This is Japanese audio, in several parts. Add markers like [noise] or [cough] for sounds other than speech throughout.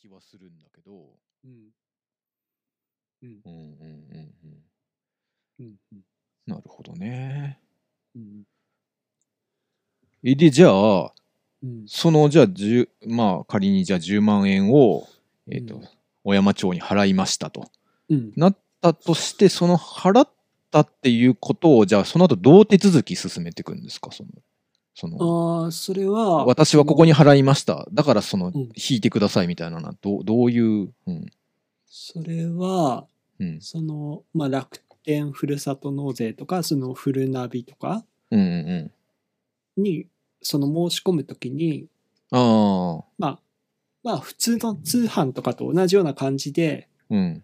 気はするんだけど、うん。うん。うんうんうんうん、うん。うんなるほどね。うん。えでじゃあうん。そのじゃあ10まあ仮にじゃあ10万円を、えーとうん小山町に払いましたとうん。なったとしてその払ったっていうことをじゃあその後どう手続き進めていくんですかそのそのああ、それは、私はここに払いましただからそのうん引いてくださいみたいなのはどうどういう、うんそれは、うん、その、まあ、楽天ふるさと納税とか、そのフルナビとかうんうんうんに、その申し込むときに、ああまあ、まあ、普通の通販とかと同じような感じで、うん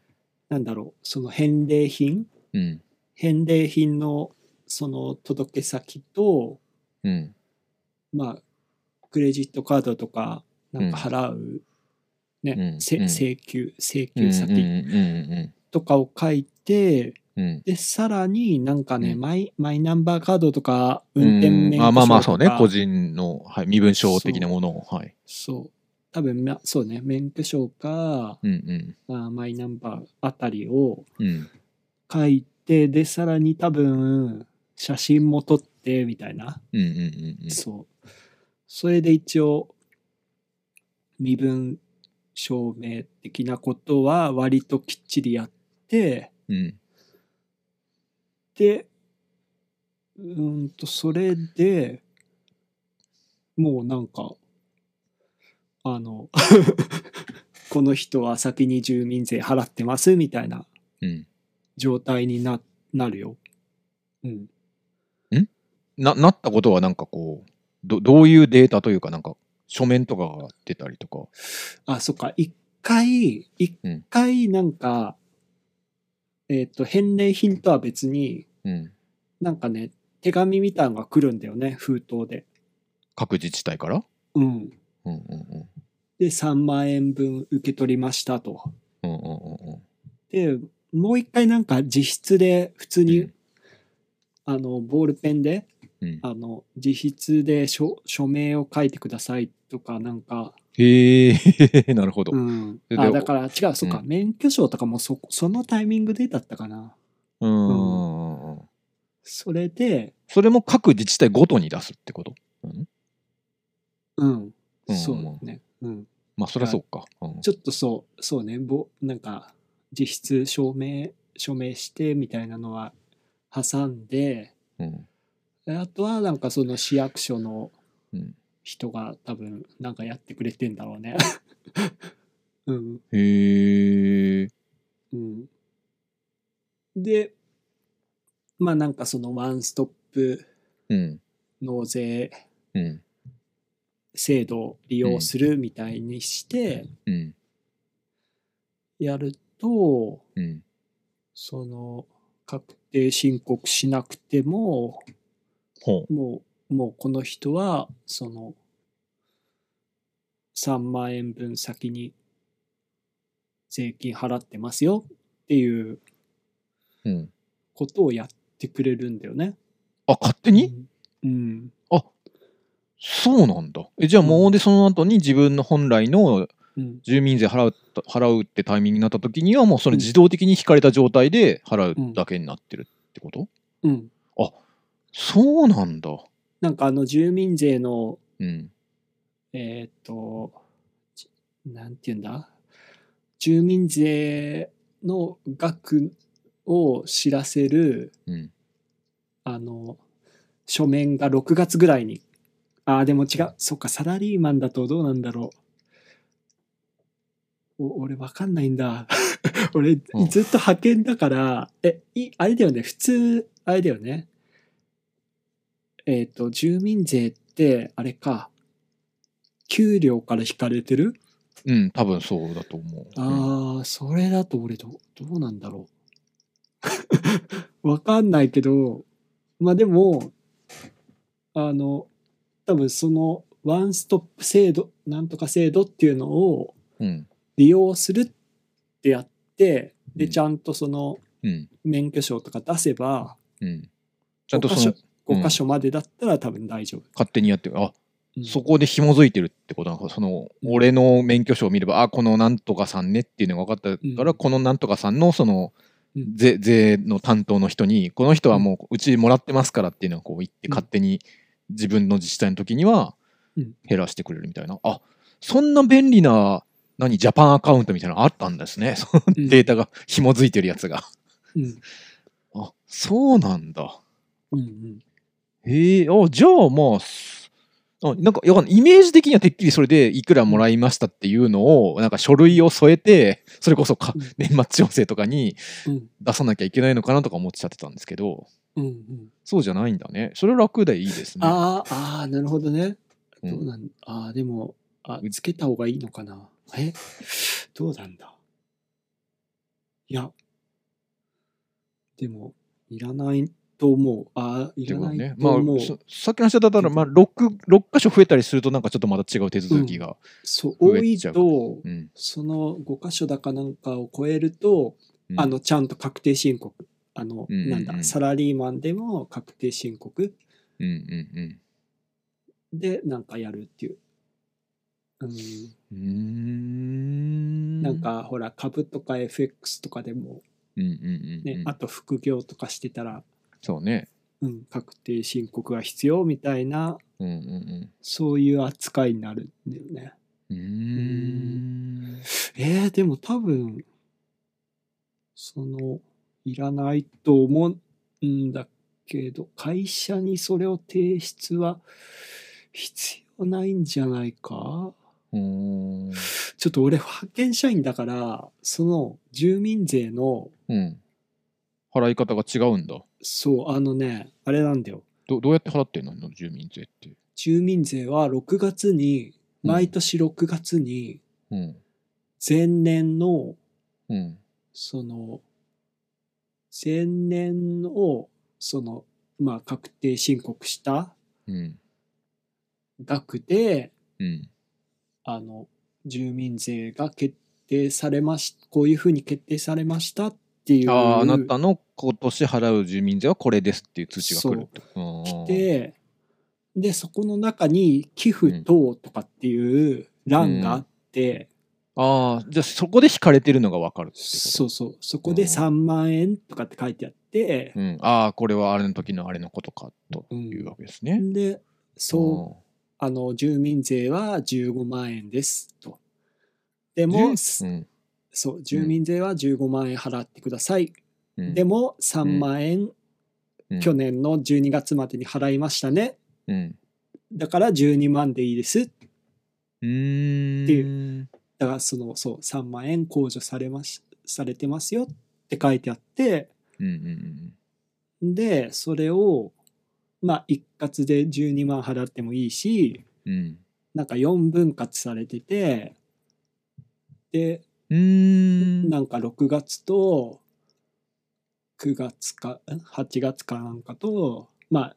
なんだろう、その返礼品、うん返礼品のその届け先と、うんまあ、クレジットカードとか、なんか払う、ね、うんせうん請求、請うんうん求うんうん先とかを書いて、うんうんで、さらになんかね、うんマイ、マイナンバーカードとか、運転免う許証とんか、あまあまあそうね個人の、はい、身分証的なものをはいそう。多分、まあそうね、免許証か、うんまあ、マイナンバーあたりをうんうん書いて、で、さらに多分、写真も撮って、みたいな。うんうんうんうんそう。それで一応、身分証明的なことは割ときっちりやって、うんで、うーんと、それで、もうなんか、あの、 [laughs] この人は先に住民税払ってますみたいなうん状態にななるよ。うん。ななったことはなんかこうどどういうデータというかなんか書面とかが出たりとかあ、そっか。一回、一回なんか、えっ、と、返礼品とは別に、うんなんかね、手紙みたいなのが来るんだよね、封筒で。各自治体からうん。うんうんで、3万円分受け取りましたと。うんうんうんうんで、もう一回なんか自筆で普通に、うんあの、ボールペンで、うんあの、自筆で署署名を書いてくださいとか、なんか、へえ [laughs] なるほど、ううんん。であ、でだから違う、そっか、う免許証とかもそ、そのタイミングでだったかな。うんうんうん、それで、それも各自治体ごとに出すってこと、うん、うん、うんそうね。うん。まあそりゃそうか、うんちょっとそう、そうね、ぼなんか、実質証明、署名してみたいなのは挟んで、うんであとはなんかその市役所のうん、人が多分なんかやってくれてんだろうね。 [laughs] うん、へえうん。で、まあなんかそのワンストップうん納税うん制度を利用するみたいにしてうんやると、うんその確定申告しなくてもほうもうもうこの人はその3万円分先に税金払ってますよっていううんことをやってくれるんだよね。あ勝手にうん、そうなんだえじゃあもうでその後に自分の本来のうん、住民税払うと払うってタイミングになった時にはもうそれ自動的に引かれた状態で払うだけになってるってこと、うん。そうなんだなんかあの住民税のうんえーっと、じなんて言うんだ住民税の額を知らせる、うんあの、書面が6月ぐらいに。ああ、でも違う。そっか、サラリーマンだとどうなんだろう。お俺、わかんないんだ。 [laughs] 俺、ずっうんと派遣だから、え、いあれだよね。普通、あれだよね。えっ、と、住民税って、あれか。給料から引かれてるうん多分そうだと思ううんああ、それだと俺ど、どうなんだろう。 [laughs] わかんないけど、まあでも、あの、多分そのワンストップ制度、なんとか制度っていうのをうん利用するってやって、うで、んちゃんとそのうん免許証とか出せば、うんちゃんと5その箇所までだったら多分大丈夫。勝手にやってるあうんそこで紐づいてるってことなのかそのうん俺の免許証を見ればあこのなんとかさんねっていうのが分かったから、うんこのなんとかさんのそのうん税税の担当の人にこの人はもううちもらってますからっていうのをこう言ってうん勝手に自分の自治体の時にはうん減らしてくれるみたいなあそんな便利な何ジャパンアカウントみたいなのあったんですねそのうんデータが紐づいてるやつがうんあそうなんだうんうんへえあじゃあまあすあなんかいやわかんないイメージ的にはてっきりそれでいくらもらいましたっていうのをなんか書類を添えてそれこそかうん年末調整とかにうん出さなきゃいけないのかなとか思っちゃってたんですけどうんうんそうじゃないんだねそれ楽でいいですねあーあーなるほどね。うんどうなんああでもあつけた方がいいのかな。え [laughs] どうなんだ。いやでもいらないと思う。ああいってらことないねとまあ思う。そさっきの話だったら、まあ、6, 6箇所増えたりするとなんかちょっとまた違う手続きが、そう増多えいちゃうとうんその5箇所だかなんかを超えると、うんあのちゃんと確定申告あの、うんうんうんなんだサラリーマンでも確定申告うんうんうんでなんかやるっていう。うんうーんなん、かほら株とか FX とかでもうんうんうんね、うん、あと副業とかしてたら、そうねうん、確定申告が必要みたいなうんうんうんそういう扱いになるんだよね。うーんえー、でも多分そのいらないと思うんだけど会社にそれを提出は必要ないんじゃないかうーんちょっと俺派遣社員だからその住民税のうん。払い方が違うんだ。そうあのねあれなんだよどどうやって払ってんの住民税って。住民税は6月にうん毎年6月にうん。前年のうん。その前年をそのまあ確定申告したうん。額でうん。あの住民税が決定されましこういうふうに決定されましたっていうああ、あなたの今年払う住民税はこれですっていう通知が来るってこと。来てでそこの中に寄付等とかっていう欄があって、あーあー、じゃあそこで引かれてるのがわかるってこと。そうそうそこうでん3万円とかって書いてあって、うん、ああ、これはあれの時のあれのことかというわけですね。でそうあの住民税は15万円ですとでうん。も、じゅうんそう住民税は15万円払ってください、うん、でも3万円、うん、去年の12月までに払いましたねうん。だから12万でいいですうーん。。っていうだからそのそう3万円控除されましされてますよって書いてあってうんうんでそれをまあ一括で12万払ってもいいしうん。うん。なんか4分割されててでうーん。なんか6月と9月かん8月かなんかとまあ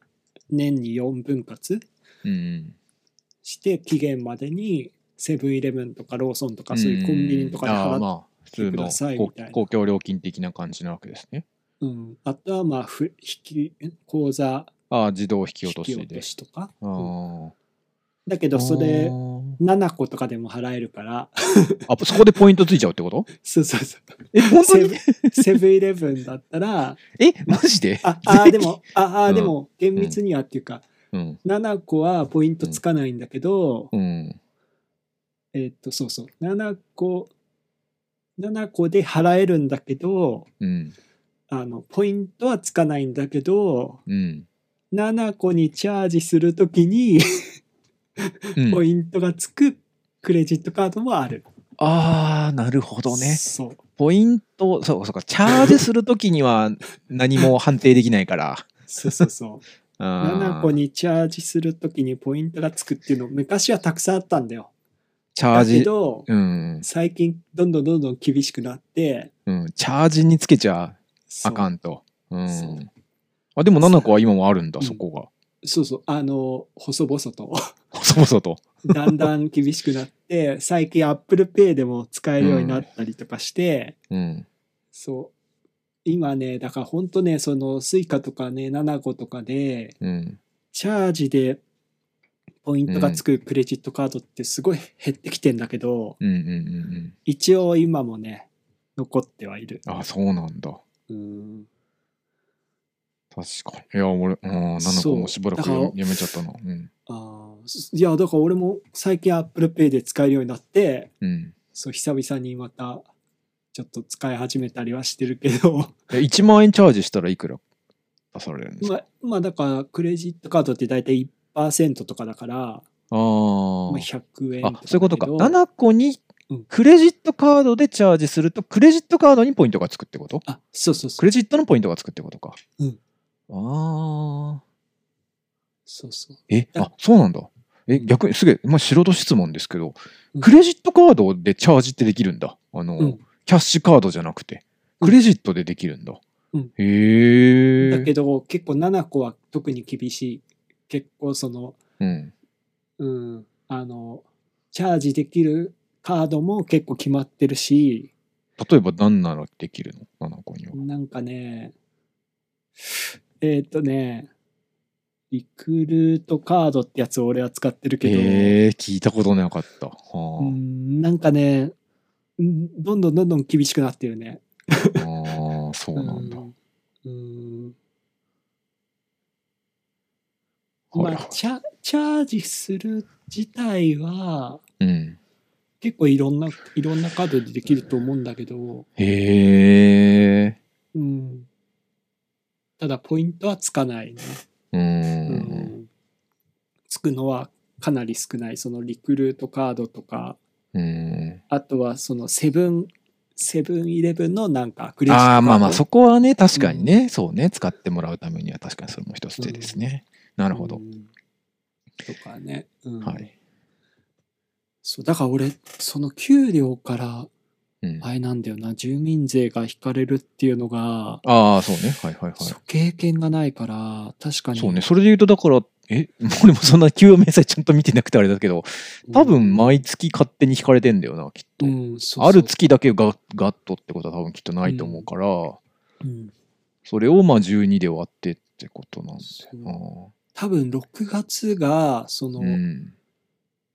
年に4分割うんうんして期限までにセブンイレブンとかローソンとかそういうコンビニとかであ払あまってあ普通くのださいこみたいな公共料金的な感じなわけですね。うんあとはまあふ引き口座ああ自動引き引落としきで。落としとか、あーだけどそあれー7個とかでも払えるから [laughs] あそこでポイントついちゃうってことそうそうそうえ本当セブにンセブンイレブンだったらえマジ [laughs] で [laughs] ああーでもああーでも厳密にはっていうか、うん7個はポイントつかないんだけど、うんえーっとそうそう7個7個で払えるんだけどうんあのポイントはつかないんだけどうん7個にチャージするときにうんポイントがつくクレジットカードもある。ああなるほどね。そうポイントそうかそうかチャージするときには何も判定できないから。そうそうそう。 [laughs] あー7個にチャージするときにポイントがつくっていうの昔はたくさんあったんだよ。チャーだけジどうん最近どんどんどんどん厳しくなってうんチャージにつけちゃあかんんと。うそうんあでも7個は今もあるんだうんそこが。そうそうあの細々 [laughs] と。 [laughs] 細々と。だんだん厳しくなって最近 ApplePay でも使えるようになったりとかして、うん。そう今ねだからほんとねその Suica とかね Nanago とかでうん。チャージでポイントがつくクレジットカードってすごい減ってきてんだけど、うんうんうん一応今もね、残ってはいる。うん。あ、そうなんだ。うん。確かに。いや、俺、うん、なんだかそうもうしばらくだから読めちゃったな。うん。あーすいや、だから俺も最近 Apple Pay で使えるようになって、うん。そう、久々にまた、ちょっと使い始めたりはしてるけ [laughs] ど、 [laughs] え、1万円チャージしたらいくら出されるんですか、まあ、まあだから、クレジットカードって大体1%とかだから、まあ、あ100円あ。とあ、そういうことか。だけど7個にうんクレジットカードでチャージすると、クレジットカードにポイントがつくってことあ、そうそうそクレう。ジットのポイントがつくってことか。うん。ああ。そうそう。え、だあ、そうなんだ。え、うん逆にすげえ、まあ、素人質問ですけどう、んクレジットカードでチャージってできるんだ。あの、うんキャッシュカードじゃなくて、うんクレジットでできるんだ。うんへえ。だけど、結構7個は特に厳しい。結構その、うん。うん、あの、チャージできるカードも結構決まってるし、例えば何ならできるの ?7 個には。なんかね、えーっ、とね、リクルートカードってやつを俺は使ってるけど、えー、聞いたことなかった。はあうんなんかね、うんどんどんどんどん厳しくなってるね。あー、そうなんだ。うんはまいあ、チャチャージする自体はうん。結構いろんないろんなカードでできると思うんだけど、へえ。うん、ただポイントはつかないね、うー。うんつくのはかなり少ないそのリクルートカードとかうん。あとはそのセブンセブンイレブンのなんかクレジットカードああ、まあまあ、そこはね、確かにね、そうね、使ってもらうためには確かにそれも一つ手ですね。なるほどう。んとかね、うんはい。そうだから俺その給料からうん、あれなんだよな住民税が引かれるっていうのが、ああ、そうね。はいはいはい。そう経験がないから確かにそうね。それで言うと、だから、え、 [laughs] 俺もそんな給与明細ちゃんと見てなくてあれだけど、多分毎月勝手に引かれてんだよな、きっと。うんそうそうある月だけがガッとってことは多分きっとないと思うから、うんそれをまあ12で割ってってことなんだそうよ多分6月がその、な。うん。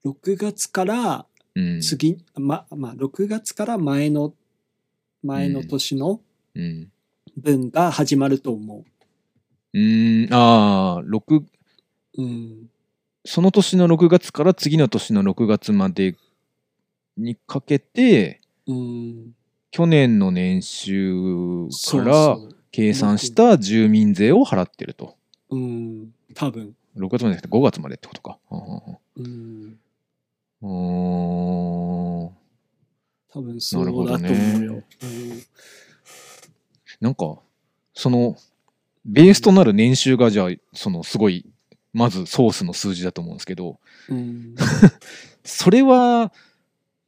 6月からうん。次、ままあ6月から前の前の年のうん。分が始まると思うーん、ああ、六う。うん、その年の6月から次の年の6月までにかけて、うん、去年の年収そかうらそう計算した住民税を払ってると。うん、多分、 6月までじゃなくて5月までってことか。うんうん、うんうんうーん多分そうだと思うよ。うんなんかそのベースとなる年収がじゃあそのすごいまずソースの数字だと思うんですけどうんそれは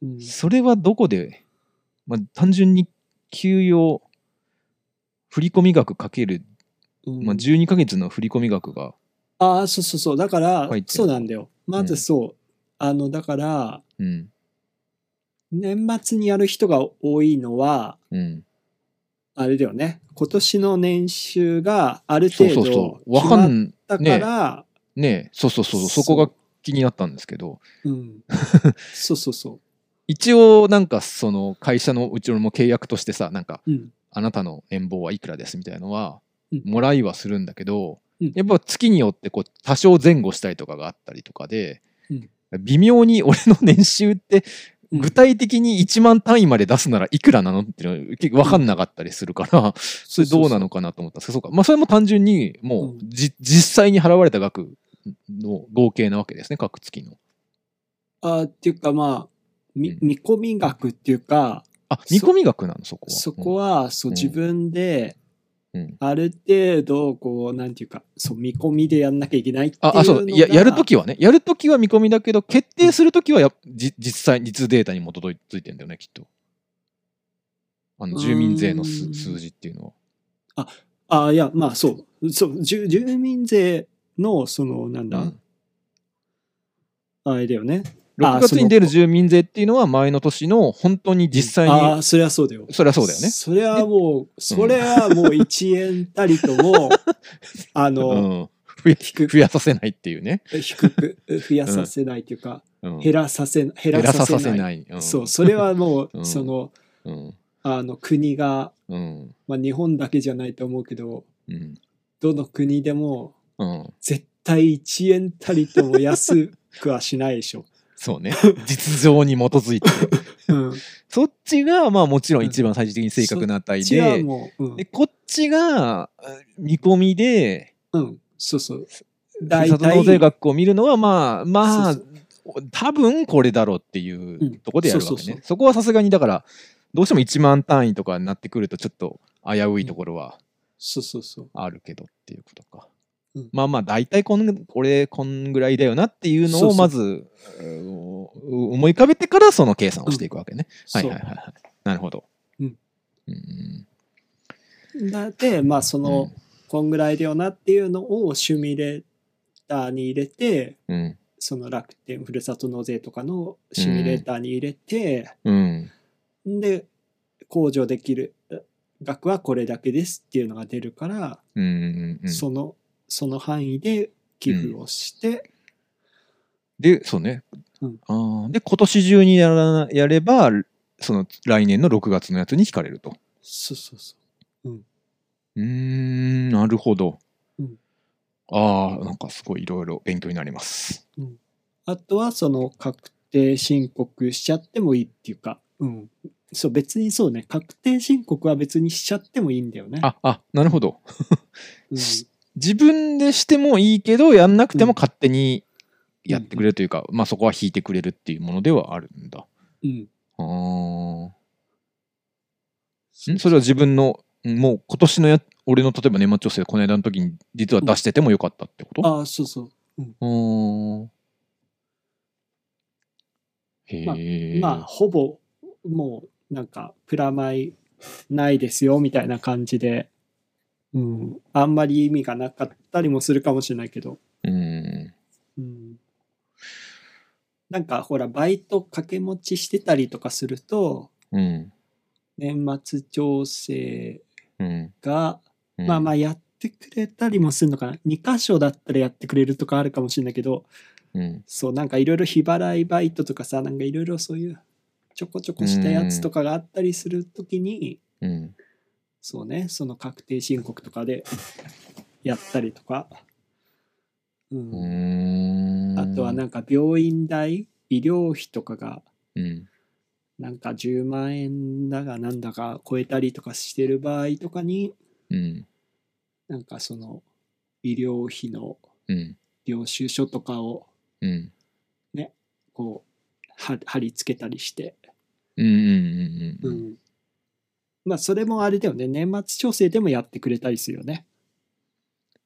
うんそれはどこで、まあ、単純に給与振込額かける、うんまあ、12ヶ月の振込額がああ、そうそうそう。だから入ってる、そうなんだよ。まずそう。あの、だから、うん年末にやる人が多いのは、うんあれだよね。今年の年収があるそ程うそう度そうわ決かまっんたかねら、ねそうそうそうそこが気になったんですけどうん。そうそうそ一応なんかその会社のうちも契約としてさなんかう。うん。あなたの年俸はいくらですみたいなのはうんもらいはするんだけど、うんやっぱ月によってこう多少前後したりとかがあったりとかで、うん微妙に俺の年収ってうん具体的に1万単位まで出すならいくらなのっていうのが結構分かんなかったりするから、そそれどうなのか。かなと思ったんですけどそうか、まあ、それも単純にもううじ、実際に払われた額の合計なわけですね各月の。あーっていうかまあ、みうん見込み額っていうか、あ見込み額なのそこは。そこは、そう、うん自分で、うんある程度、こう、なんていうか、そう、見込みでやんなきゃいけないっていうのが。ああそうややるときはねやるときは見込みだけど決定するときはやじ実際実データに基づいてんだよねきっとあの住民税のうーすん数字っていうのはああ、いや、まあそう。そう、住住民税の、その、なんだ、うんあれだよね。あ6月に出るそ住民税っていうのは前の年の本当に実際あにあ、そりゃそうだよ。そりゃそうだよねそれはもう、それはもう1円たりとも、あの、うん増や低く増やさせないっていうね。低く増やさせないというか、うん減らさせ減減ららささせせないない。んそうそれはもう、うんそのうんあの国が、うんまあ、日本だけじゃないと思うけどうんどの国でもうん絶対1円たりとも安くはしないでし [laughs] ょ。そうね実情に基づ [laughs] いてうん、そっちがまあもちろん一番最終的に正確な値違うで,、もう、うんでこっちがえ見込みでうん、そうそう。ふる大さと納体税額を見るのはまあまあそう多分これだろうっていうところでやるわけね、うんそそうそうそうこはさすがにだからどうしても1万単位とかになってくるとちょっと危ういところはそうそうそう。あるけどっていうことか、うんまあまあ大体こんこれこんぐらいだよなっていうのそうをそうまずうん思い浮かべてからその計算をしていくわけね、はいはいはいはいなるほどうんうんそうだってまあその、うんこんぐらいだよなっていうのをシミュレーターに入れてうんその楽天ふるさと納税とかのシミュレーターに入れて、うんで控除できる額はこれだけですっていうのが出るから、うんうんうんそのその範囲で寄付をして、でそうね、うんあーで今年中にやらなやればその来年の6月のやつに引かれるとそうそうそうーんなるほど、うんああなんかすごいいろいろ勉強になりますうあとはその確定申告しちゃってもいいっていうか、うん、そう別にそうね確定申告は別にしちゃってもいいんだよね。ああなるほどうん自分でしてもいいけどやんなくても勝手にやってくれるというか、まあそこは引いてくれるっていうものではあるんだうんあーんそれは自分のんもう今年のや俺の例えば年末調整この間の時に実は出しててもよかったってこと、ああそうそううーんまあへえ、まあほぼもうなんかプラマイないですよみたいな感じで、うん、あんまり意味がなかったりもするかもしれないけど、うんうん、なんかほらバイト掛け持ちしてたりとかするとうん年末調整うんが、うんまあまあやってくれたりもするのかな2箇所だったらやってくれるとかあるかもしれないけどうんそうなんかいろいろ日払いバイトとかさなんかいろいろそういうちょこちょこしたやつとかがあったりするときに、うんそうね、その確定申告とかでやったりとか、うんうーんあとはなんか病院代、医療費とかがうんなんか10万円だがなんだか超えたりとかしてる場合とかに、うんなんかその医療費のうん領収書とかをうんこうは貼り付けたりして、うんうんううんんまあそれもあれだよね、年末調整でもやってくれたりするよね。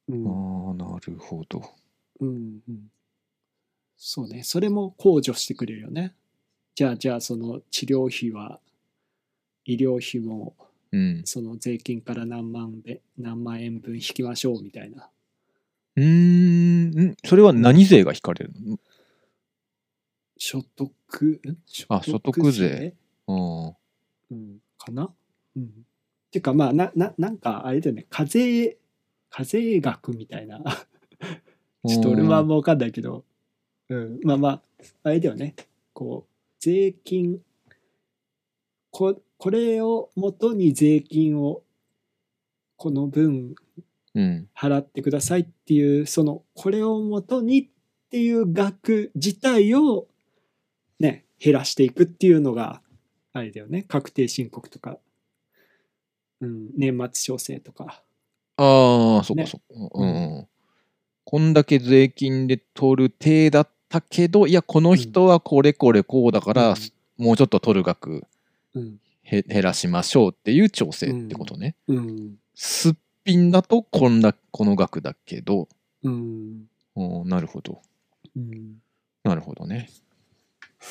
うんうんああなるほどうんうん、そうねそれも控除してくれるよねじゃあじゃあその治療費は医療費もうんその税金から何万べ何万円分引きましょうみたいなうーんんそれは何税が引かれるの所得んあ所得税、あうん、かな、うん、ていうかまあなななんかあれだよね課税課税額みたいなーちょっと俺はあんま分かんないけど、うん、まあまあ、あれだよね。こう、税金、ここれを元に税金を、この分うん払ってくださいっていう、その、これを元にっていう額自体を、ね、減らしていくっていうのが、あれだよね。確定申告とか、うん、年末調整とか。ああ、そっねかそっか。うんうん。こんだけ税金で取る体だったけど、いや、この人はこれこれこうだから、もうちょっと取る額うん、へ減らしましょうっていう調整ってことね。うん、すっぴんだとこんだこの額だけど、うん、うんなるほど。うん。なるほどね。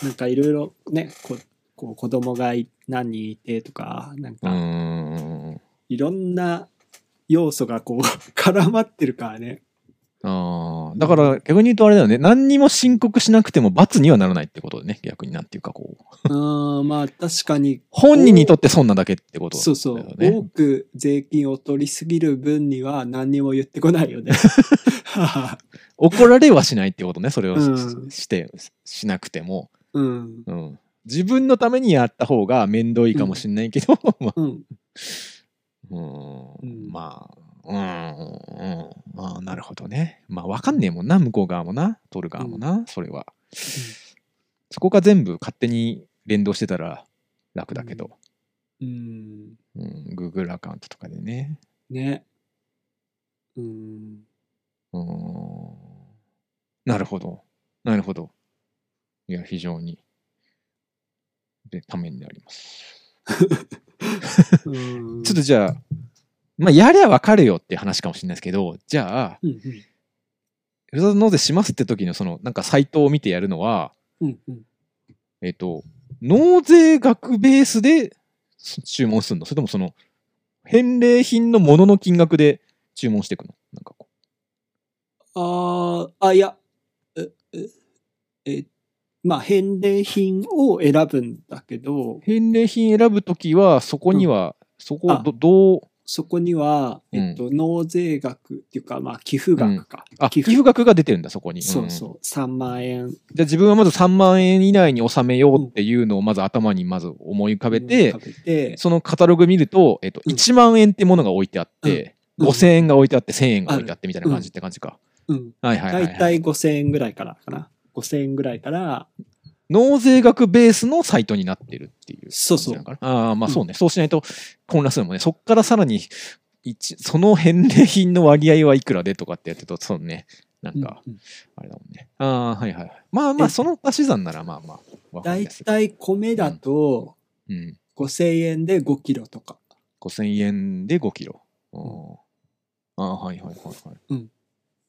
なんかいろいろねここう子供がい何人いてとかなんうーかん。 [laughs] いろんな要素がこう絡まってるからね、ああ、ああだから逆に言うとあれだよね何にも申告しなくても罰にはならないってことでね逆になんていうかこうああまあ確かに本人にとって損なだけってことだよねそうそう、多く税金を取りすぎる分には何にも言ってこないよね。 [laughs] 怒られはしないってことねそれをし,、うんしてしなくても、うん、うん、自分のためにやった方が面倒いかもしれないけ [laughs] ど、まあうん、うーんうんまあうーんうんまあなるほどねまあわかんねえもんな向こう側もな取る側もな、それは、そこが全部勝手に連動してたら楽だけど、うん、うん Google アカウントとかでねね。うん、うーんなるほどなるほどいや非常にでためになりますうん、 [laughs] ちょっとじゃあまあやりゃわかるよって話かもしれないですけどじゃあうん、うんふるさと納税しますって時のそのなんかサイトを見てやるのは、うん、うん。えっ、と、納税額ベースでそ注文するのそれともその、返礼品のものの金額で注文していくのなんかこあーあ、いや、え、ええ、まあ、返礼品を選ぶんだけどう。、返礼品選ぶときは、そこには、そこあど、どう、そこには、うんえっと、納税額っていうか、まあ、寄付額か。あ、寄付額が出てるんだ、そこに。そんうそう、3万円。じゃあ自分はまず3万円以内に収めようっていうのをまず頭にまず思い浮かべて、食べて、そのカタログ見ると、えっ、と、うん1万円ってものが置いてあって、うん5000円が置いてあって、1000円が置いてあってみたいな感じって感じか。うん。はいはいはい、大はい。体5000円ぐらいからかな。5000円ぐらいから、納税額ベースのサイトになってるっていう。そうそう感じなのかなああ、まあそうね。そうしないと混乱するもんね。そっからさらに、一その返礼品の割合はいくらでとかってやってると、そうね。なんか、うんあれだもんね。ああ、はいはいはい。まあまあ、えその足し算ならまあまあ、わかり大やすい。体米だとうん。 5000円で5キロとか。 5000円で5キロ。うんああ、はいはいはいはい。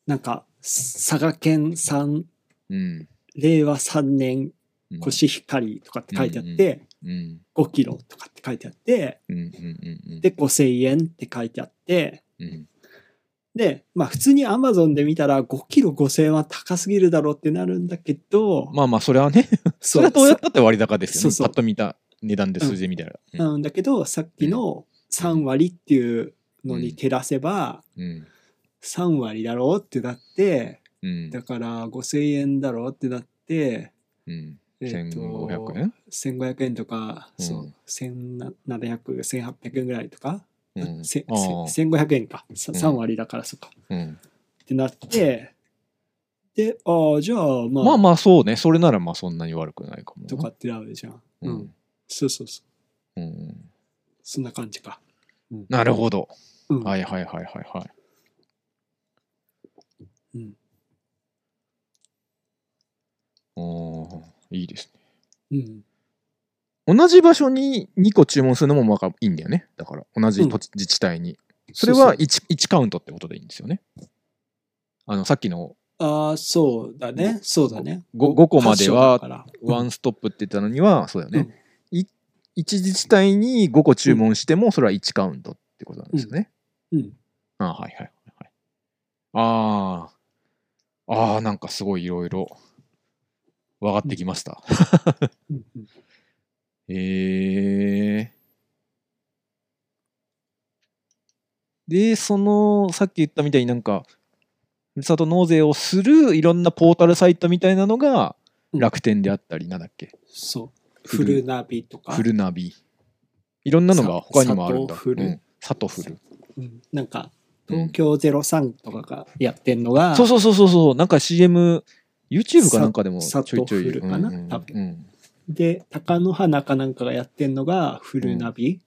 なんか、佐賀県産、うん。令和3年、うんコシヒカリとかって書いてあって、うん。 5キロとかって書いてあって、うんうんうんうん。で、5000円って書いてあって、うん、で、まあ普通に Amazon で見たら5キロ5000円は高すぎるだろうってなるんだけど、まあまあ、それはね、そそれはうどうやったって割高ですよね。そうそうパッと見た値段で数字で見たら。うんなんだけど、さっきの3割っていうのに照らせば、うん。 3割だろうってなって、うん。だから5,000円だろうってなって、うん。えーと1500円 ?1500 円とか、うんそう、1700、1800円ぐらいとか、うんせあーせ1500円か、さうん3割だからそっか、うんってなって、で、ああ、じゃあ、まあ、まあまあそうね。それならまあそんなに悪くないかもな。とかってなるじゃん。ううんん。そうそうそう。うん。そんな感じか。なるほど。うん。はいはいはいはいはい。うんおーいいですね。うん。同じ場所に2個注文するのもまあいいんだよね。だから同じ土地自治体に。それはうう 1, 1カウントってことでいいんですよね。あのさっきのああ、そうだね。そうだね。ご5個までは箇所だからワンストップって言ったのには、そうだよね。い一自治体に5個注文しても、それは1カウントってことなんですよね。うん。あはいはいはいはい。ああ。ああ、なんかすごいいろいろ分かってきました。うんうんへえ。で、その、さっき言ったみたいになんか、ふるさと納税をするいろんなポータルサイトみたいなのがうん楽天であったり、なんだっけ、そう。フフルルナビとか。フルナビ。いろんなのが他にもあるんだ。さ佐藤フルうん佐藤フル。うんなんか、うん東京03とかがやってんのが、そうそうそうそうそう、なんか CM、YouTube かなんかでもちょさいちょい。佐藤フルかなうんうん多うんで、貴乃花かなんかがやってんのが、フルナビ。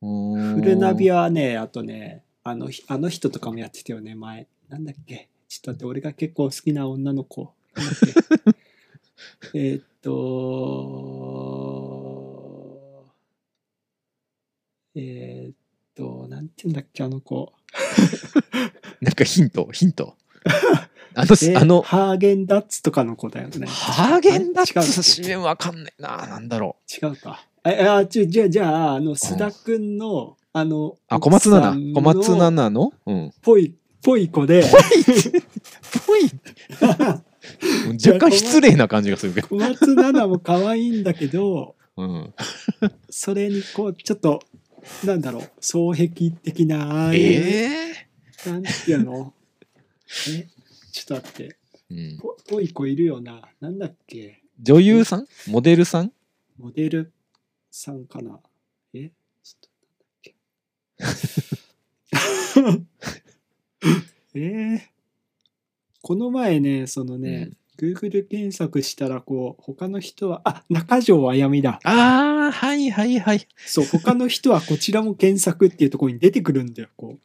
フフルナビアはね、あとね、あのひ、あの人とかもやってたよね、前。なんだっけ。ちょっと待って、俺が結構好きな女の子。なんだっ [laughs] けえーっと、えーっと、なんて言うんだっけ、あの子。なんかヒントヒン [laughs] トあのえあのハーゲンダッツとかの子だよね。ハーゲンダッツ違う CM わかんねえななんだろ違うか。えあちょじゃあ、じゃあ、あの、須田くんの、あの、うあ小松菜奥さん奈の小松菜奈のうんぽい、ぽい子で、ぽい [laughs] 若干失礼な感じがするけど。小松菜奈も可愛いんだけど、うん、それにこう、ちょっと、なんだろう、双璧的な、ああいう、えなんていうのえ、ちょっと待って、えうん、ぽぽい子いるよな。なんだっけ、女優さんモデルさんモデルさんかな。え、ちょっとなんだっけ。え [laughs] ーこの前ね、そのね、Google 検索したら、こう、他の人は、あ、中条あやみだ。ああ、はいはいはい。そう、他の人はこちらも検索っていうところに出てくるんだよ、こ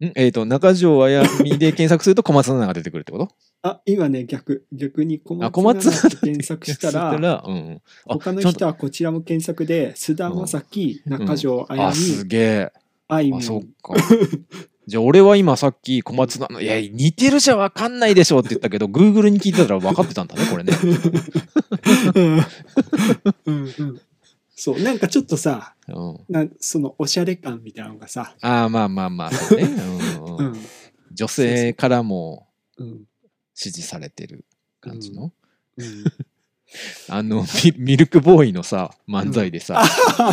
う。んえっ、と、中条あやみで検索すると小松菜奈が出てくるって [laughs] ことあ、今ね、逆、逆に小あ小松菜松菜奈奈検索したら、うんうん、あ他のちゃんと人はこちらも検索で、菅田将暉、ん中条あやあ、すみ、げえ。あいみょあ、そっん。か。 [laughs] じゃあ俺は今さっき小松菜奈、いや、似てるじゃわかんないでしょって言ったけど、Google に聞いてたら分かってたんだね、これね。うんうんそう、なんかちょっとさ、うん、なそのおしゃれ感みたいなのがさ、ああ、まあまあまあ、そうね。うんうんうん、女性からもうん、支持されてる感じの、 [laughs] うん。あのミミルクボーイのさ漫才でさ、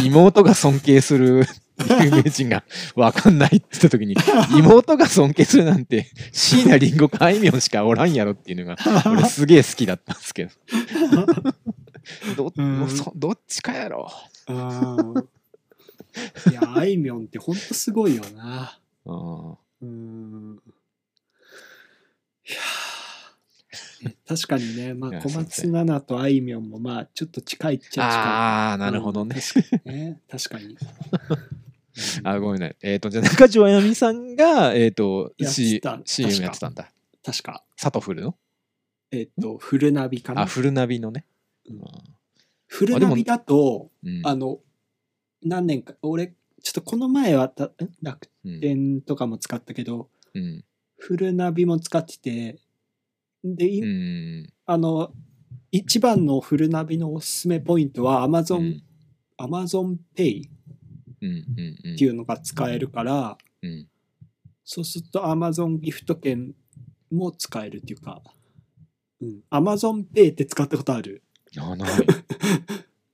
妹が尊敬する [laughs] 有名人が分かんないって言った時に妹が尊敬するなんて椎名林檎かあいみょんしかおらんやろっていうのが [laughs] 俺すげえ好きだったんですけどど,、うんもうそどっちかやろ、あーいや、あいみょんってほんとすごいよな。うん、うーんいやー確か [laughs] にね、まいあ、や小すい松ま菜奈とあいみょんも、まあ、ちょっと近いっちゃああなるほどね、近い、ね。[laughs] 確かに。うんあごめんねえっ、とじゃあ中条あやみさんがえっ、とやって C- た CM 確かやってたんだ確か、サトフルのえっ、と、フルナビかあな。フルナビのね、うんうフルナビだと、んうんあの、何年か、俺、ちょっとこの前はたん楽うん天とかも使ったけど、うんフルナビも使ってて、で、いうんあの、一番のフルナビのおすすめポイントは、アマゾうンん AmazonPay うんうんうんっていうのが使えるから、うんそうすると Amazon ギフト券も使えるっていうか、うん、AmazonPay って使ったことあるあない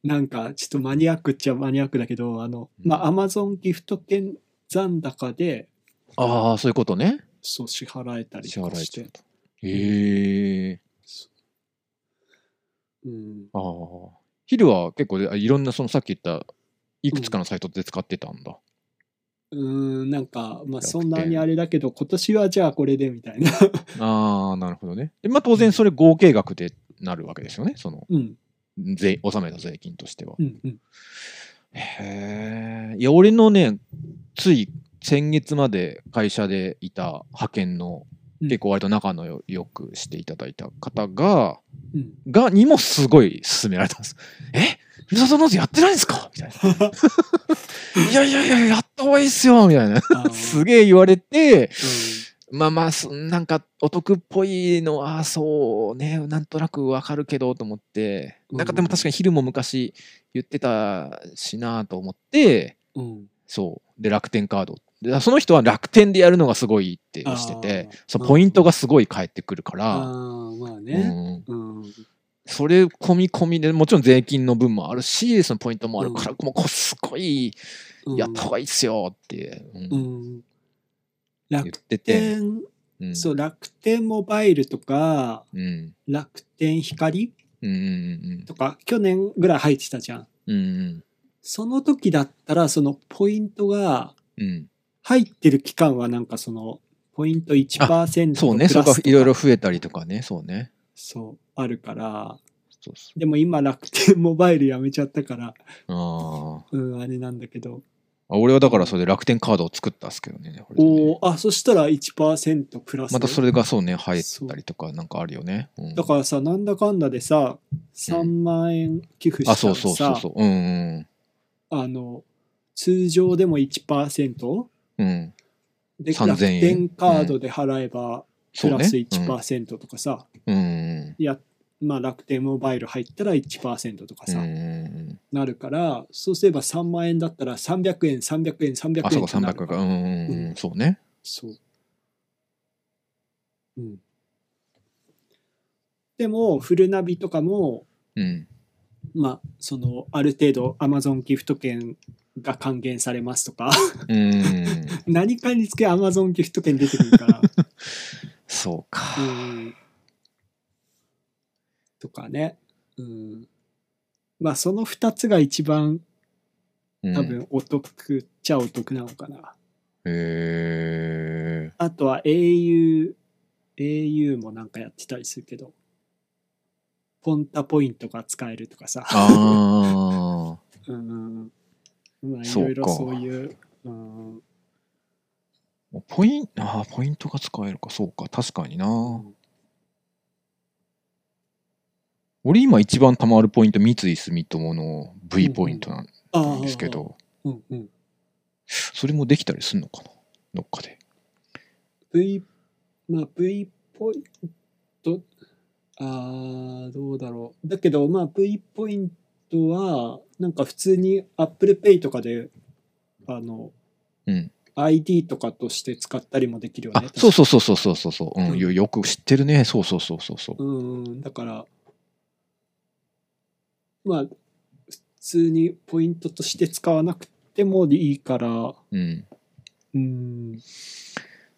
なんかちょっとマニアックっちゃマニアックだけど、あの、まあ、Amazon ギフト券残高で、ああそういうことねそう支払えたり支とか払いしちゃうて。とへえうん、ああヒルは結構であいろんなそのさっき言ったいくつかのサイトで使ってたんだ、うーんなんか、ま楽天あ、そんなにあれだけど、今年はじゃあこれでみたいな。ああなるほどねでまあ当然それ合計額でなるわけですよねそのうん、税納めた税金としてはうん、うん。へえいや俺のねつい先月まで会社でいた派遣のうん結構割と仲のよよくしていただいた方が、うん、がにもすごい勧められたんです。え皆さんそんなことやってないんですかみたい [laughs] な。いやいやいや、やった方がいいっすよみたいな。あーすげえ言われて、まあまあ、そなんかお得っぽいのは、そうね、なんとなくわかるけどと思って、なんかでも確かに昼も昔言ってたしなと思って、うん、うん。そう。で、楽天カード。でその人は楽天でやるのがすごいってしててあー、そうポイントがすごい返ってくるから、ああ、まあうね。んうん。それ込み込みでもちろん税金の分もあるしそのポイントもあるから、うもうこうすごいやった方うがいいっすよって、うんん。言楽ってて、天、うん、そう、楽天モバイルとか、うん楽天光うんうんとか、去年ぐらい入ってたじゃん。うんうんその時だったら、そのポイントがうん入ってる期間はなんかその、ポイント1%そうねプそラこがスとかいろいろ増えたりとかねそうねそう、あるから、そうそでも今楽天モバイルやめちゃったから、うあーうん、あれなんだけど。あ俺はだからそれで楽天カードを作ったっすけどねこれでねおおあ、そしたら1%プラス。またそれがそうね入ったりとかなんかあるよね、うんだからさ、なんだかんだでさ、3万円寄付したあらさ、そうそうそうそううんうんあの、通常でも 1%? うんで、 3000円楽天カードで払えば、そプうラねス1%とかさ、うんうんいや、まあ楽天モバイル入ったら1%とかうんさ、うんなるから、そうすれば3万円だったら300円、300円、300円あそうかってなる300かうんうんうんそうねそう。うん。でも、フルナビとかも、うん。まあ、その、ある程度 Amazon ギフト券が還元されますとか、 [laughs] うん。何かにつけ Amazon ギフト券出てく [laughs] るから、そうか。 [laughs] うんとかね。うん。まあ、その2つが一番うん多。分お得っちゃお得なのかな。へえ。あとは au、au もなんかやってたりするけど、ポンタポイントが使えるとかさ、 [laughs] ああ。うん、まあいそうろかいろそういう、うん、ポイント、ああ、ポイントが使えるか、そうか、確かにな。俺今一番貯まるポイント、三井住友の V ポイントなんああですけ、ど、うんうん、それもできたりすんのかなどっかで。 V、まあ V ポイント、ああ、どうだろう。だけど、まあ V ポイントは、なんか普通に Apple Pay とかで、あの、うん。 ID とかとして使ったりもできるよあね。、そうそうそうそうそうそうそう、うんうんよ。よく知ってるね。そうそうそうそうそう。うん、だから、まあ、普通にポイントとして使わなくてもいいから、うん。うん、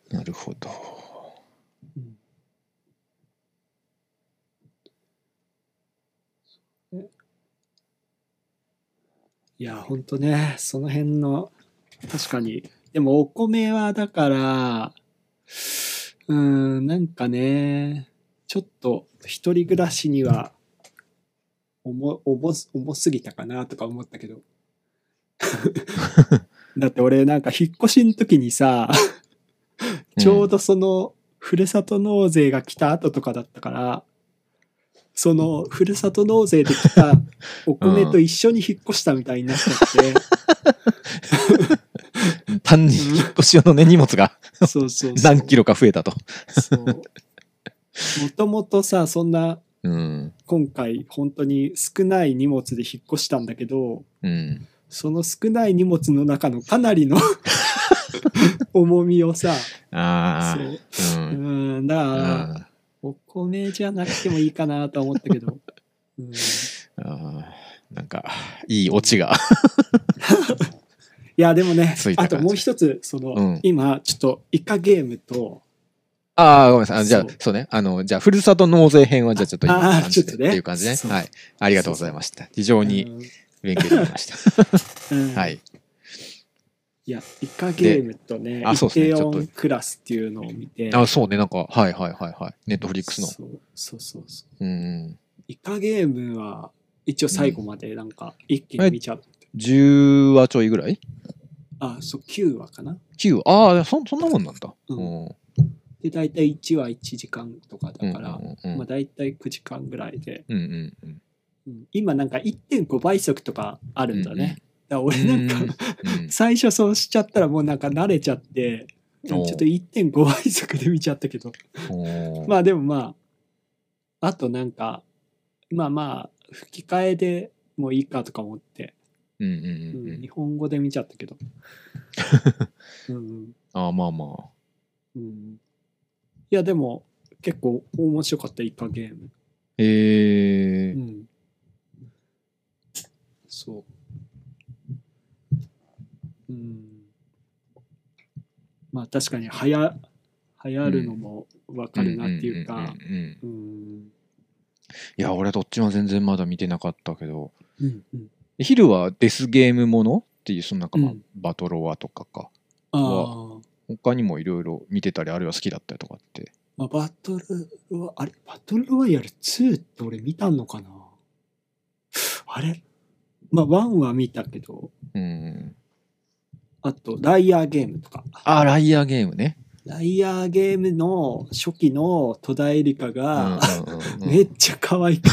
なるほど。いや、ほんとね、その辺の、確かに。でも、お米は、だから、うん、なんかね、ちょっと、一人暮らしには、重、重す、重すぎたかな、とか思ったけど。 [laughs] だって俺、なんか、引っ越しの時にさ、ちょうど。どその、ふるさと納税が来た後とかだったから、その、ふるさと納税で来たお米と一緒に引っ越したみたいになっちゃって、単に引っ越し用のね、荷物がそうそうそう。何キロか増えたと。そうもともとさ、そんな、うん。今回、本当に少ない荷物で引っ越したんだけど、うん。その少ない荷物の中のかな [laughs] りの重みをさ、あそう。あ。う。うんん、だかうら、んお米じゃなくてもいいかなとは思ったけど。うんあーなんか、いいオチが。いや、でもねつい、たあ感じともう一つ、その、うん今、ちょっと、イカゲームと、ああ、ごめんなさいあの。じゃあそう、そうね。あの、じゃあ、ふるさと納税編は、じゃあ、ちょっと今あー感じでちょっとねっていう感じね。そうはい。ありがとうございました。非常に勉強になりました。うん、うん [laughs] は。い。いや、イカゲームとね、あそうイですねテちょオっとンクラスっていうのを見て、あそうね。なんか、はいはいはいはい。ネットフリックスの。そうそうそうそう。うん。イカゲームは、一応最後までなんか、一気に見ちゃう。 10話ちょいぐらいあ、そう、9話かな。 ?9 話ああ、そ、そんなもんなんだ。ううんん。で、大体1話1時間とかだから、うんうんうんまあ大体9時間ぐらいで、うんうんうん。うん今なんか1.5倍速とかあるんだね。だから俺なんか、うんうん最初そうしちゃったらもうなんか慣れちゃって、ちょおっうと1.5倍速で見ちゃったけど。おーまあでもまあ、あとなんか、まあまあ、吹き替えでもいいかとか思って、うんううんんうんうん日本語で見ちゃったけ [laughs] ど。うんあーまあまあ。うん、いやでも、結構面白かった、イカゲーム。えうー、ん、そう。うん。まあ確かにはや、流行るのもわかるなっていううんうんかう、んうんうん。いや、俺どっちも全然まだ見てなかったけど、うんうん。昼はデスゲームものっていう、そのなんかまあうんバトロワとかか、ああ。他にもいろいろ見てたり、あるいは好きだったりとかって。まあ、バトルは、あれ、バトルロワイヤル2って俺見たのかなあれまあ、1は見たけど、うん。あと、ライアーゲームとか。あ、ライアーゲームね。ライアーゲームの初期の戸田恵梨香が、うんうん [laughs] うんうんめっちゃ [laughs] 可愛く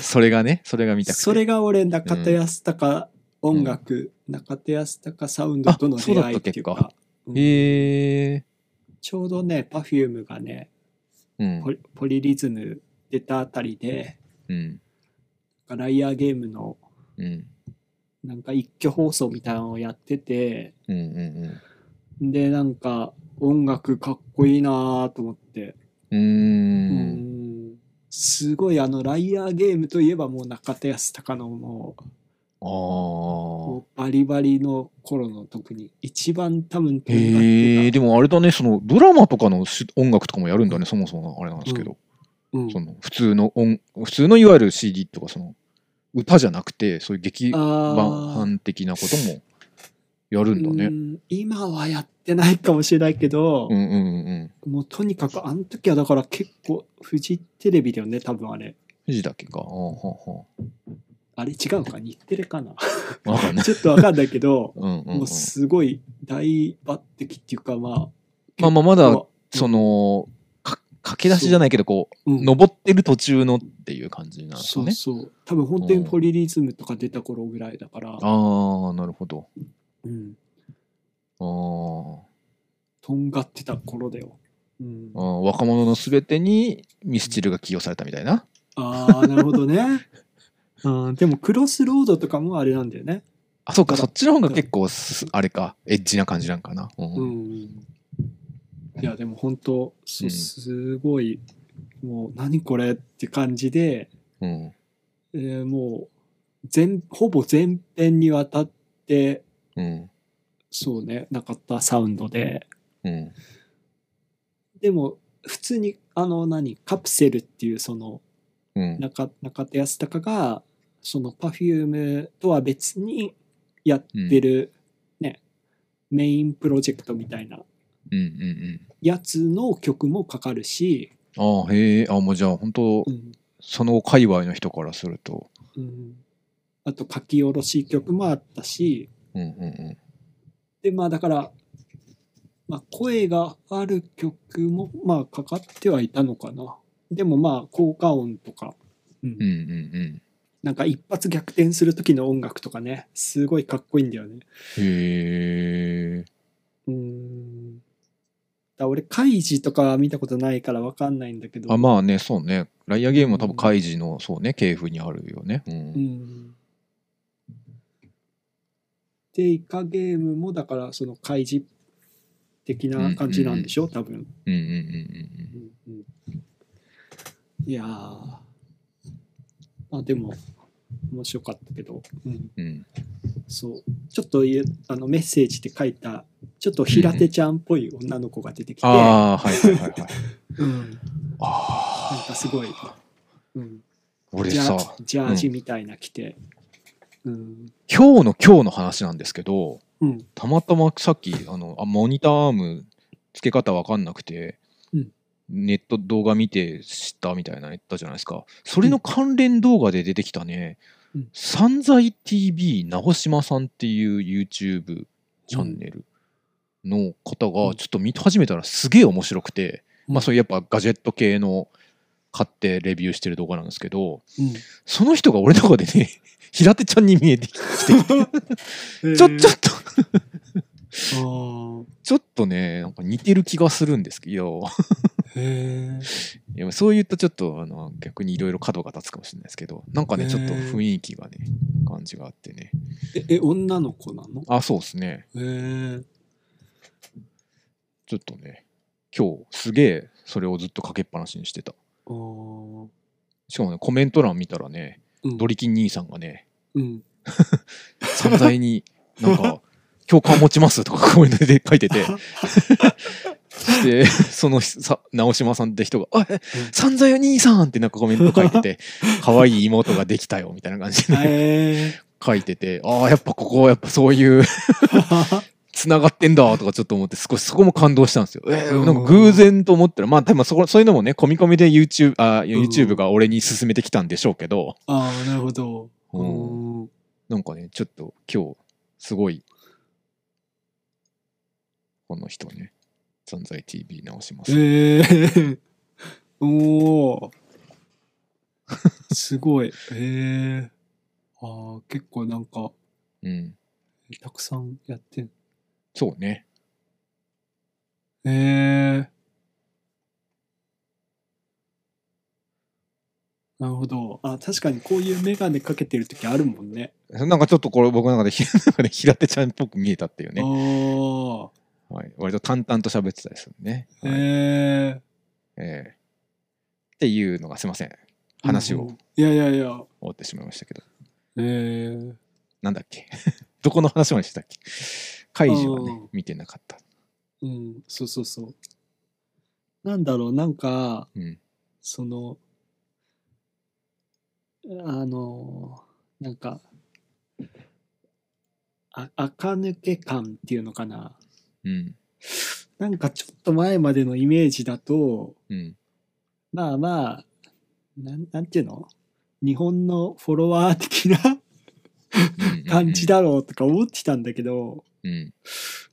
それがね、それが見て、たくて。それが俺、中田康隆音楽、中田康隆サウンドとの出会いっていうあそうだか、うんえちょうどね、Perfume がね、ー、うんポリポリリズム出たあたりで、うん。ライアーゲームのうん。なんか一挙放送みたいなのをやってて、うんうんで、なんか音楽かっこいいなと思って、う。うんうーん。んすごいあのライアーゲームといえばもう中田康隆のもあうーもうバリバリの頃の特に一番多分手にへ入えってでもあれだねそのドラマとかのし音楽とかもやるんだねそもそもあれなんですけど、たうんその普通の音普通のいわゆる CD とかその歌じゃなくてそういう劇あ版的なこともやるんだーうね。ん今はやってないかもしれないけどう、んうんうんうん。もうとにかくあの時はだから結構フジテレビだよね多分あれ藤だけか。あーはあはあれ違 [laughs] うか日テレかな [laughs] あわかんない。ちょっとわかんないけどうんうんうもんう、すごい大抜擢っていうかまあまあまあま結だ構そのか駆け出しじゃないけどこううん登ってる途中のっていう感じなんですそようね。そう多分本当にポリリズムとか出た頃ぐらいだから、ああなるほど。うん、あーとんがってた頃だよ、うんあー、若者のすべてにミスチルが起用されたみたいな。ああなるほどね [laughs] うん、でもクロスロードとかもあれなんだよね。あそうかただそっちの方が結構すあれかエッジな感じなんかな。うんうん。いや、でも本当、そうう、んすごい、もう何これって感じで、うんえーもう、全、ほぼ全編にわたって、うんそうね、なかったサウンドで、うんでも、普通に、あの、何、カプセルっていう、その、うん中中田康隆がその Perfume とは別にやってる、ねメインプロジェクトみたいなうんうん。やつの曲もかかるし、ああへえあもうじゃあ本当うんその界隈の人からすると。うんあと書き下ろし曲もあったしうんうんうんでまあだから、まあ、声がある曲もまあかかってはいたのかなでもまあ効果音とか、うんうんうんうん。なんか一発逆転する時の音楽とかねすごいかっこいいんだよね。へえ。うーん。だ俺、カイジとかは見たことないからわかんないんだけど。あまあねそうねライアーゲームは多う分んカイジの、そうね系譜にあるよね。ううんん。で、イカゲームも、だから、そのカイジ的な感じなんでしょ、多分。うんうんうんうんうん、いやーあ、でも、面白かったけど。うん。うんうん。そう。ちょっといあのメッセージって書いた、ちょっと平手ちゃんっぽい女の子が出てきて、ああはいはい [laughs] はいはい。うん、なんあかあすごい。うん俺ジャさージャージみたいな着て。うん。今日の今日の話なんですけどうん。たまたまさっきあのあモニターアーム付け方わかんなくて、うんネット動画見て知ったみたいなの言ったじゃないですかそれの関連動画で出てきたねうん「散財 TV 直島さん」っていう YouTube チャンネルの方うがんちょっと見始めたらすげえ面白くて、まあそういいうやっぱガジェット系の買ってレビューしてる動画なんですけどうん。その人が俺の中でね [laughs] 平手ちゃんに見えてきてうんちょちょっとょ。ちょっとね、なんか似てる気がするんですけど、 [laughs] へえ。いやそう言うとちょっとあの逆にいろいろ角が立つかもしれないですけど、なんかね、ねちょっと雰囲気がね、感じがあってね。え、え女の子なのあ、そうですね。へえ。ちょっとね、今日すげえそれをずっとかけっぱなしにしてた。あーしかもね、コメント欄見たらね、うんドリキン兄さんがね、うん。散財になんか、共感持ちますとかコメントで書いてて、して、そのさ直島さんって人が、あえ、散財兄さんってなんかコメント書いて [laughs] て、可愛い妹ができたよみたいな感じで、へ [laughs] え。書いててああやっぱここはやっぱそういうつながってんだとかちょっと思って少しそこも感動したんですよ。えーなんか偶然と思ったらまあでもそこそういうのもねコミコミで YouTube, あ YouTube が俺に勧めてきたんでしょうけど、ああ、なるほど。うんうんなんかねちょっと今日すごいこの人ね「存在 TV」直します。へえ。おお。すごい。へえ。ああ、結構なんか、うん、たくさんやってんそうねへえ。なるほど。あ、確かにこういうメガネかけてる時あるもんね。なんかちょっとこれ僕の中で [laughs] ひなんかね平手ちゃんっぽく見えたっていうね、あはい、割と淡々と喋ってたりするね。あ、はいへえ。ええっていうのがすいません話うをんいやいやいや終わってしまいましたけど、えー、なんだっけ [laughs] どこの話までしてたっけカイジはあねー見てなかった、うんそうそうそうなんだろうなんかうん、そのあのなんかあ垢抜け感っていうのかなうんなんかちょっと前までのイメージだとうんまあまあなんなんていうの日本のフォロワー的な [laughs] 感じ、だろうとか思ってたんだけど、うんうん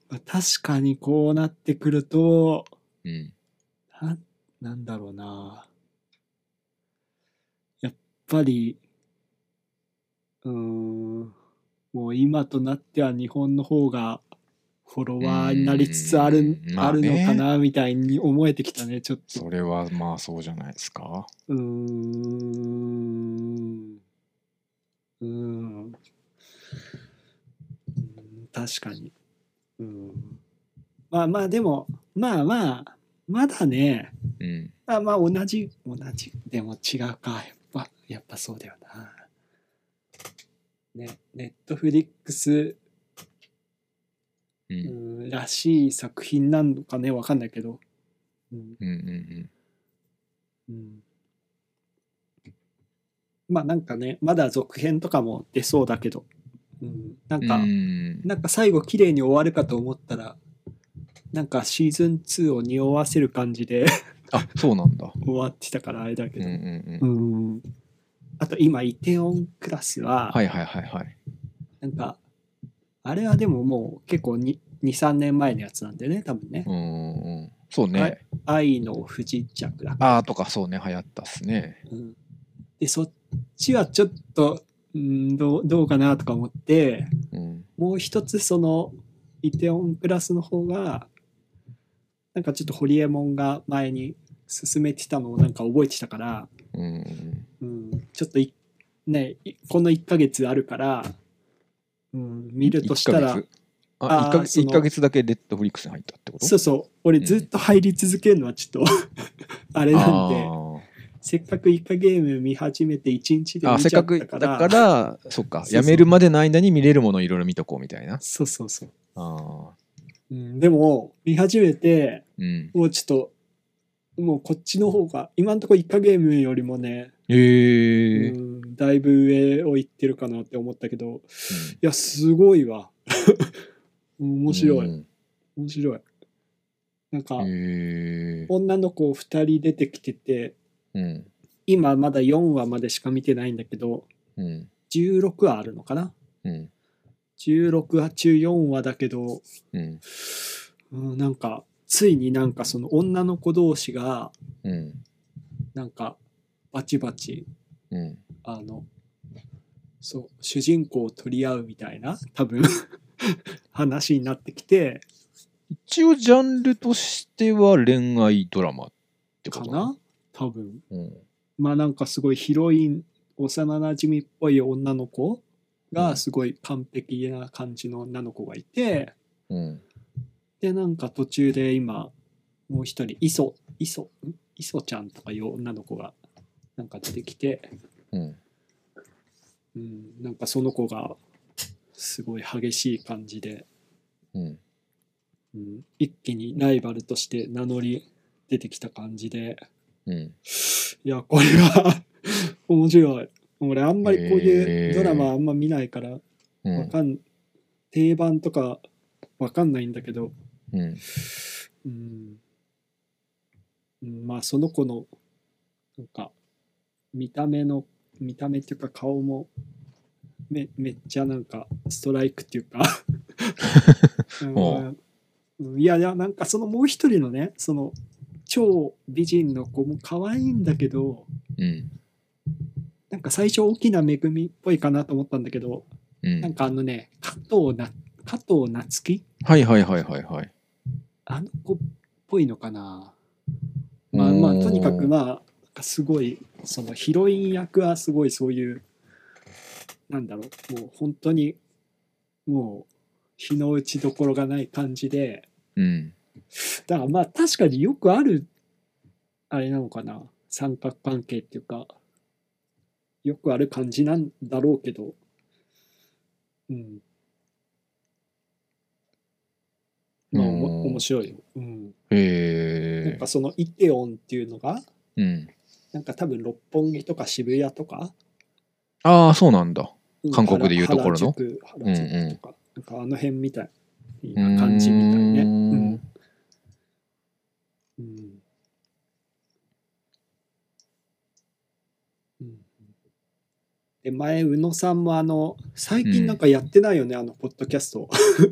まあ確かにこうなってくるとうんうんなんなんだろうなやっぱりうーんもう今となっては日本の方がフォロワーになりつつあるうーんまああるねのかなみたいに思えてきたねちょっと。それはまあそうじゃないですかうーんうーんうーん確かに。うんまあまあでもまあまあまだねうんあまあ同じ同じでも違うかやっぱやっぱそうだよな。ねネットフリックスうんうーんらしい作品なのかねわかんないけど。うんうんうんうんまあなんかねまだ続編とかも出そうだけど、うん、なんうんか、うんなんか最後綺麗に終わるかと思ったらなんかシーズン2を匂わせる感じで [laughs] あそうなんだ終わってたからあれだけうんうど、んううんんあと今イテオンクラスは、はいはいはいはいなんかあれはでももう結構23年前のやつなんでね多分ねうんうんうんそうね、はい「愛の不時着」だああとかそうね流行ったっすねうんでそっちはちょっと、うん、どうどうかなとか思ってうんもう一つそのイテオンプラスの方がなんかちょっとホリエモンが前に進めてたのをなんか覚えてたから、うんうんうん、ちょっといねいこの1ヶ月あるから、うん、見るとした1らヶ月あ一あーヶ月その一ヶ月だけレッドフリックスに入ったってことそうそう俺うんずっと入り続けるのはちょっと [laughs] あれなんでせっかくイカゲーム見始めて1日であーあ見せっちゃかっくただかかららそっかそうそうやめるまでの間に見れるものをいろいろ見とこうみたいなそうそうそうあーうん、でも見始めてうんもうちょっともうこっちの方が今んところイカゲームよりもね、へえうん、だいぶ上を行ってるかなって思ったけどいやすごいわ [laughs] 面白い、い面白いなんか、へえ女の子2人出てきててうん今まだ4話までしか見てないんだけどうん16話あるのかなうん16話中4話だけど、うんうん、なんかついになんかその女の子同士がうんなんかバチバチうんあのそう主人公を取り合うみたいな多 [laughs] 分話になってきて一応ジャンルとしては恋愛ドラマってこかとな多分うんまあなんかすごいヒロイン幼なじみっぽい女の子うがんすごい完璧な感じの女の子がいてうんでなんか途中で今もう一人磯磯ん磯ちゃんとかいう女の子がなんか出てきてうんうん、なんかその子がすごい激しい感じで、うんうん、一気にライバルとして名乗り出てきた感じでうんいやこれは [laughs] 面白い俺あんまりこういへうードラマあんま見ないからうわんかん、定番とかわかんないんだけど、うんうんうん、まあその子のなんか見た目の見た目っていうか顔もめめっちゃなんかストライクっていうかうんうんいやいやなんかそのもう一人のねその超美人の子も可愛いんだけどうんなんか最初大きな恵みっぽいかなと思ったんだけどうんなんかあのね加藤な加藤夏樹はいはいはいはいはいあの子っぽいのかな。まあまあ、おーとにかくまあ、すごい、そのヒロイン役はすごいそういう、なんだろう、もう本当に、もう、日の打ちどころがない感じで、うんだからまあ確かによくある、あれなのかな。三角関係っていうか、よくある感じなんだろうけど、うん。まあ、おもうん面白いよ。うん。なんへえかそのイテオンっていうのが、うん、なんか多分六本木とか渋谷とか、ああそうなんだうん韓国でいうところの原宿原宿とか、なんかあの辺みたいな感じみたいね。うーうんんうんうんで前宇野さんもあの最近なんかやってないよね、あのポッドキャスト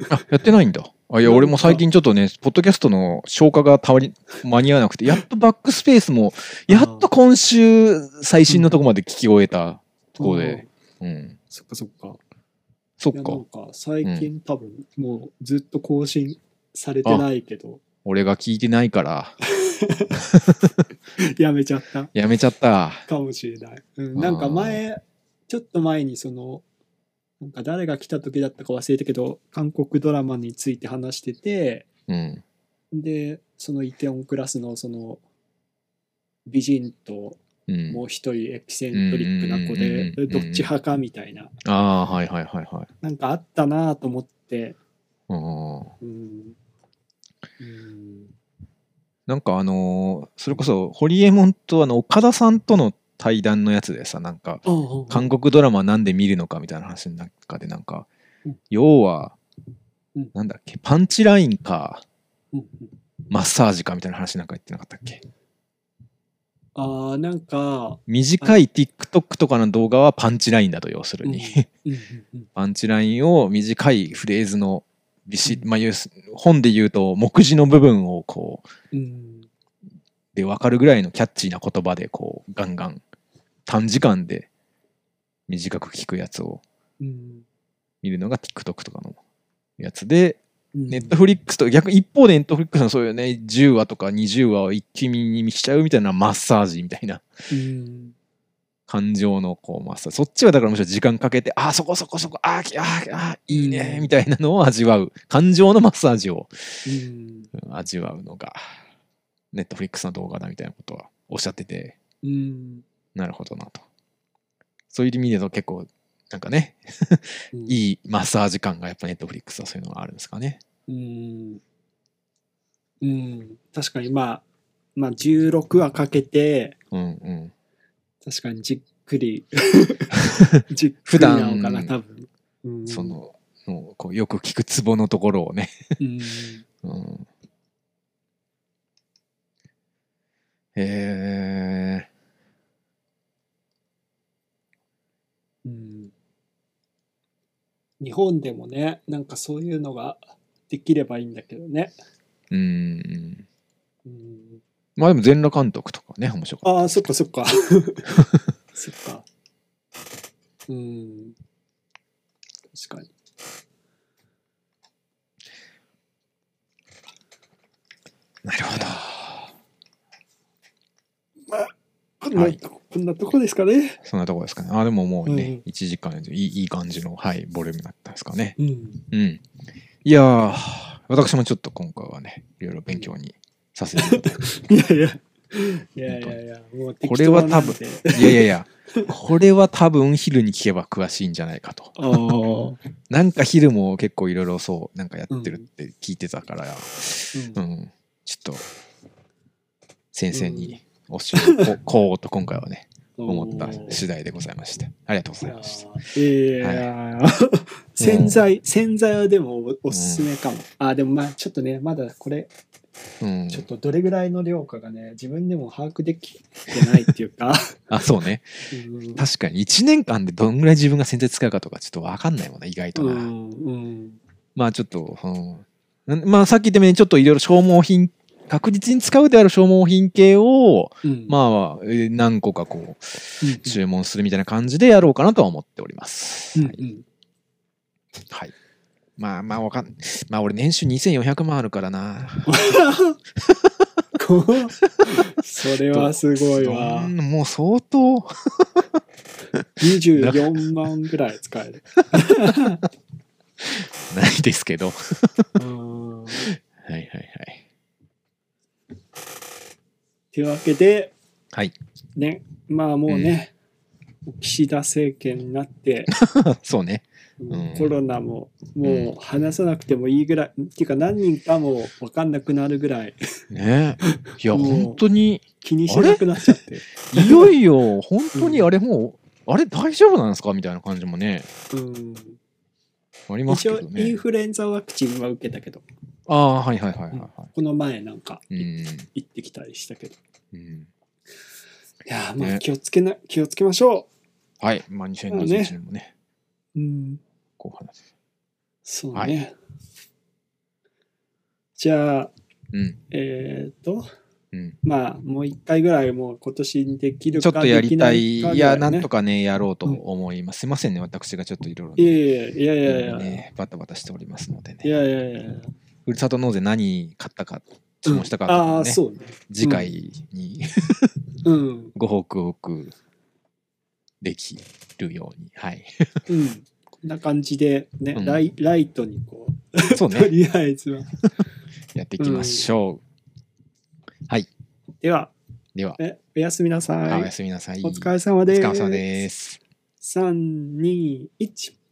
あやってないんだあいなやんか俺も最近ちょっとねポッドキャストの消化がたまに間に合わなくてやっとバックスペースもやっと今週最新のとこまで聞き終えたところああでうんそっかそっかそっいやかなんか最近多分もうずっと更新されてないけど、俺が聞いてないから [laughs] やめちゃったやめちゃ [laughs] ったかもしれない。うん、なんか前、ちょっと前にその、なんか誰が来た時だったか忘れたけど、韓国ドラマについて話してて、うんで、そのイテオンクラスのその、美人とうんもう一人エキセントリックな子で、うんどっち派かみたいな、ああーはいはいはいはいなんかあったなぁと思って、うんうん。うん、なんかあのーそれこそホリエモンとあの岡田さんとの対談のやつでさなんかああ韓国ドラマなんで見るのかみたいな話の中でなんかうん要はうんなんだっけパンチラインかうんうんマッサージかみたいな話なんか言ってなかったっけあー、なんか、短い TikTok とかの動画はパンチラインだと要するに、うんうんうんパンチラインを短いフレーズのビシッ、まあ、要す本で言うと目次の部分をこううんで分かるぐらいのキャッチーな言葉でこうガンガン短時間で短く聞くやつをうん見るのが TikTok とかのやつでうんネットフリックスと逆一方でネットフリックスのそういうね10話とか20話を一気にしちゃうみたいなマッサージみたいなうん感情のこうマッサージそっちはだからむしろ時間かけてあーそこそこそこあーきあーあーいいねうんみたいなのを味わう感情のマッサージをうんうん味わうのがネットフリックスの動画だみたいなことはおっしゃっててうんなるほどなとそういう意味でと結構なんかねういんいマッサージ感がやっぱネットフリックスはそういうのがあるんですかねうん、うん、確かにまあまあ16話かけてうんうん確かにじっく [laughs] りじっく普り段なのかな多分、うん、そののこうよく聞くツボのところをね、うんうん、えー、うん、日本でもねなんかそういうのができればいいんだけどね、うん。うん、まあでも全裸監督とかね、面白かっああそっかそ [laughs] っかそっかうん確かにた。なるほど。こんなはいとこ、こんなとこですかね。そんなとこですかね。あ、でももううんね、一1時間40いい、いい感じの、はい、ボリュームだったんですかね。うん。うん。いやー、私もちょっと今回はね、いろいろ勉強にさせてもらって。いやいや。いやいやいや、もう適当これは多なん分で。 [laughs] いやいやいや、これは多分昼に聞けば詳しいんじゃないかと。あ [laughs] あ。なんか昼も結構いろいろそう、なんかやってるって聞いてたから、うん、ちょっと、先生に教えて、こうと今回はね、思った次第でございました。ありがとうございました。いやいやいや。洗剤、洗剤はでもおおすすめかも。ああ、でもまあちょっとね、まだこれ、うんちょっとどれぐらいの量かがね、自分でも把握できてないっていうか。あ、そうね。うん確かに1年間でどんぐらい自分が洗剤使うかとかちょっとわかんないもんね、意外とうな。ん。うん。まあちょっと、うんんまあさっき言ったようにちょっといろいろ消耗品、確実に使うである消耗品系を、うんあ、まあ、えー何個かこう、うん注文するみたいな感じでやろうかなとは思っております。うんはいうん。はい。まあまあわかん、まあ俺年収2400万あるからな。こうそれはすごいわど。んもう相当。 24万ぐらい使える。ないですけど。はうんいはいはい。というわけで、はい。ね、まあもうね、岸田政権になって、そうね。うんコロナももう話さなくてもいいぐらい、っていうか何人かも分かんなくなるぐらいねいや、もう本当に、気にしなくなっちゃって。いよいよ、本当にあれもう、あれ大丈夫なんですかみたいな感じもね、うん、あります一けど応インね。フルエンザワクチンは受けたけど、ああ、はいはいはいはいはこの前なんかい。うん。行ってきたりしたけど。うんいやーまあね気をつけな、気をつけましょはい。まあ、2021年もね、う。うん、後半です。そうね。はじゃあ、うん。えっ、と、うん、まあもう一回ぐらいもう今年にできるちょっかとやでりきた、ないいかぐらね、いや、なんとか。かね、やろうと思います。すいませんね、私がちょっといろいろいねやいやいやいやいや。ねバタバタしておりますのでいね。やいやいやいや。ふるさと納税何買ったか、注文したかったあのあ、でね、そうね。次回にうん。ご報告できるように。はい。うん。こんな感じで、ね、うんライライトにこう、そうとね、りあえずは。やっていきましょでは、う。では、えおやすみなあおさやい。すみなさい。お疲れ様おです。疲れ様です。 3、2、1。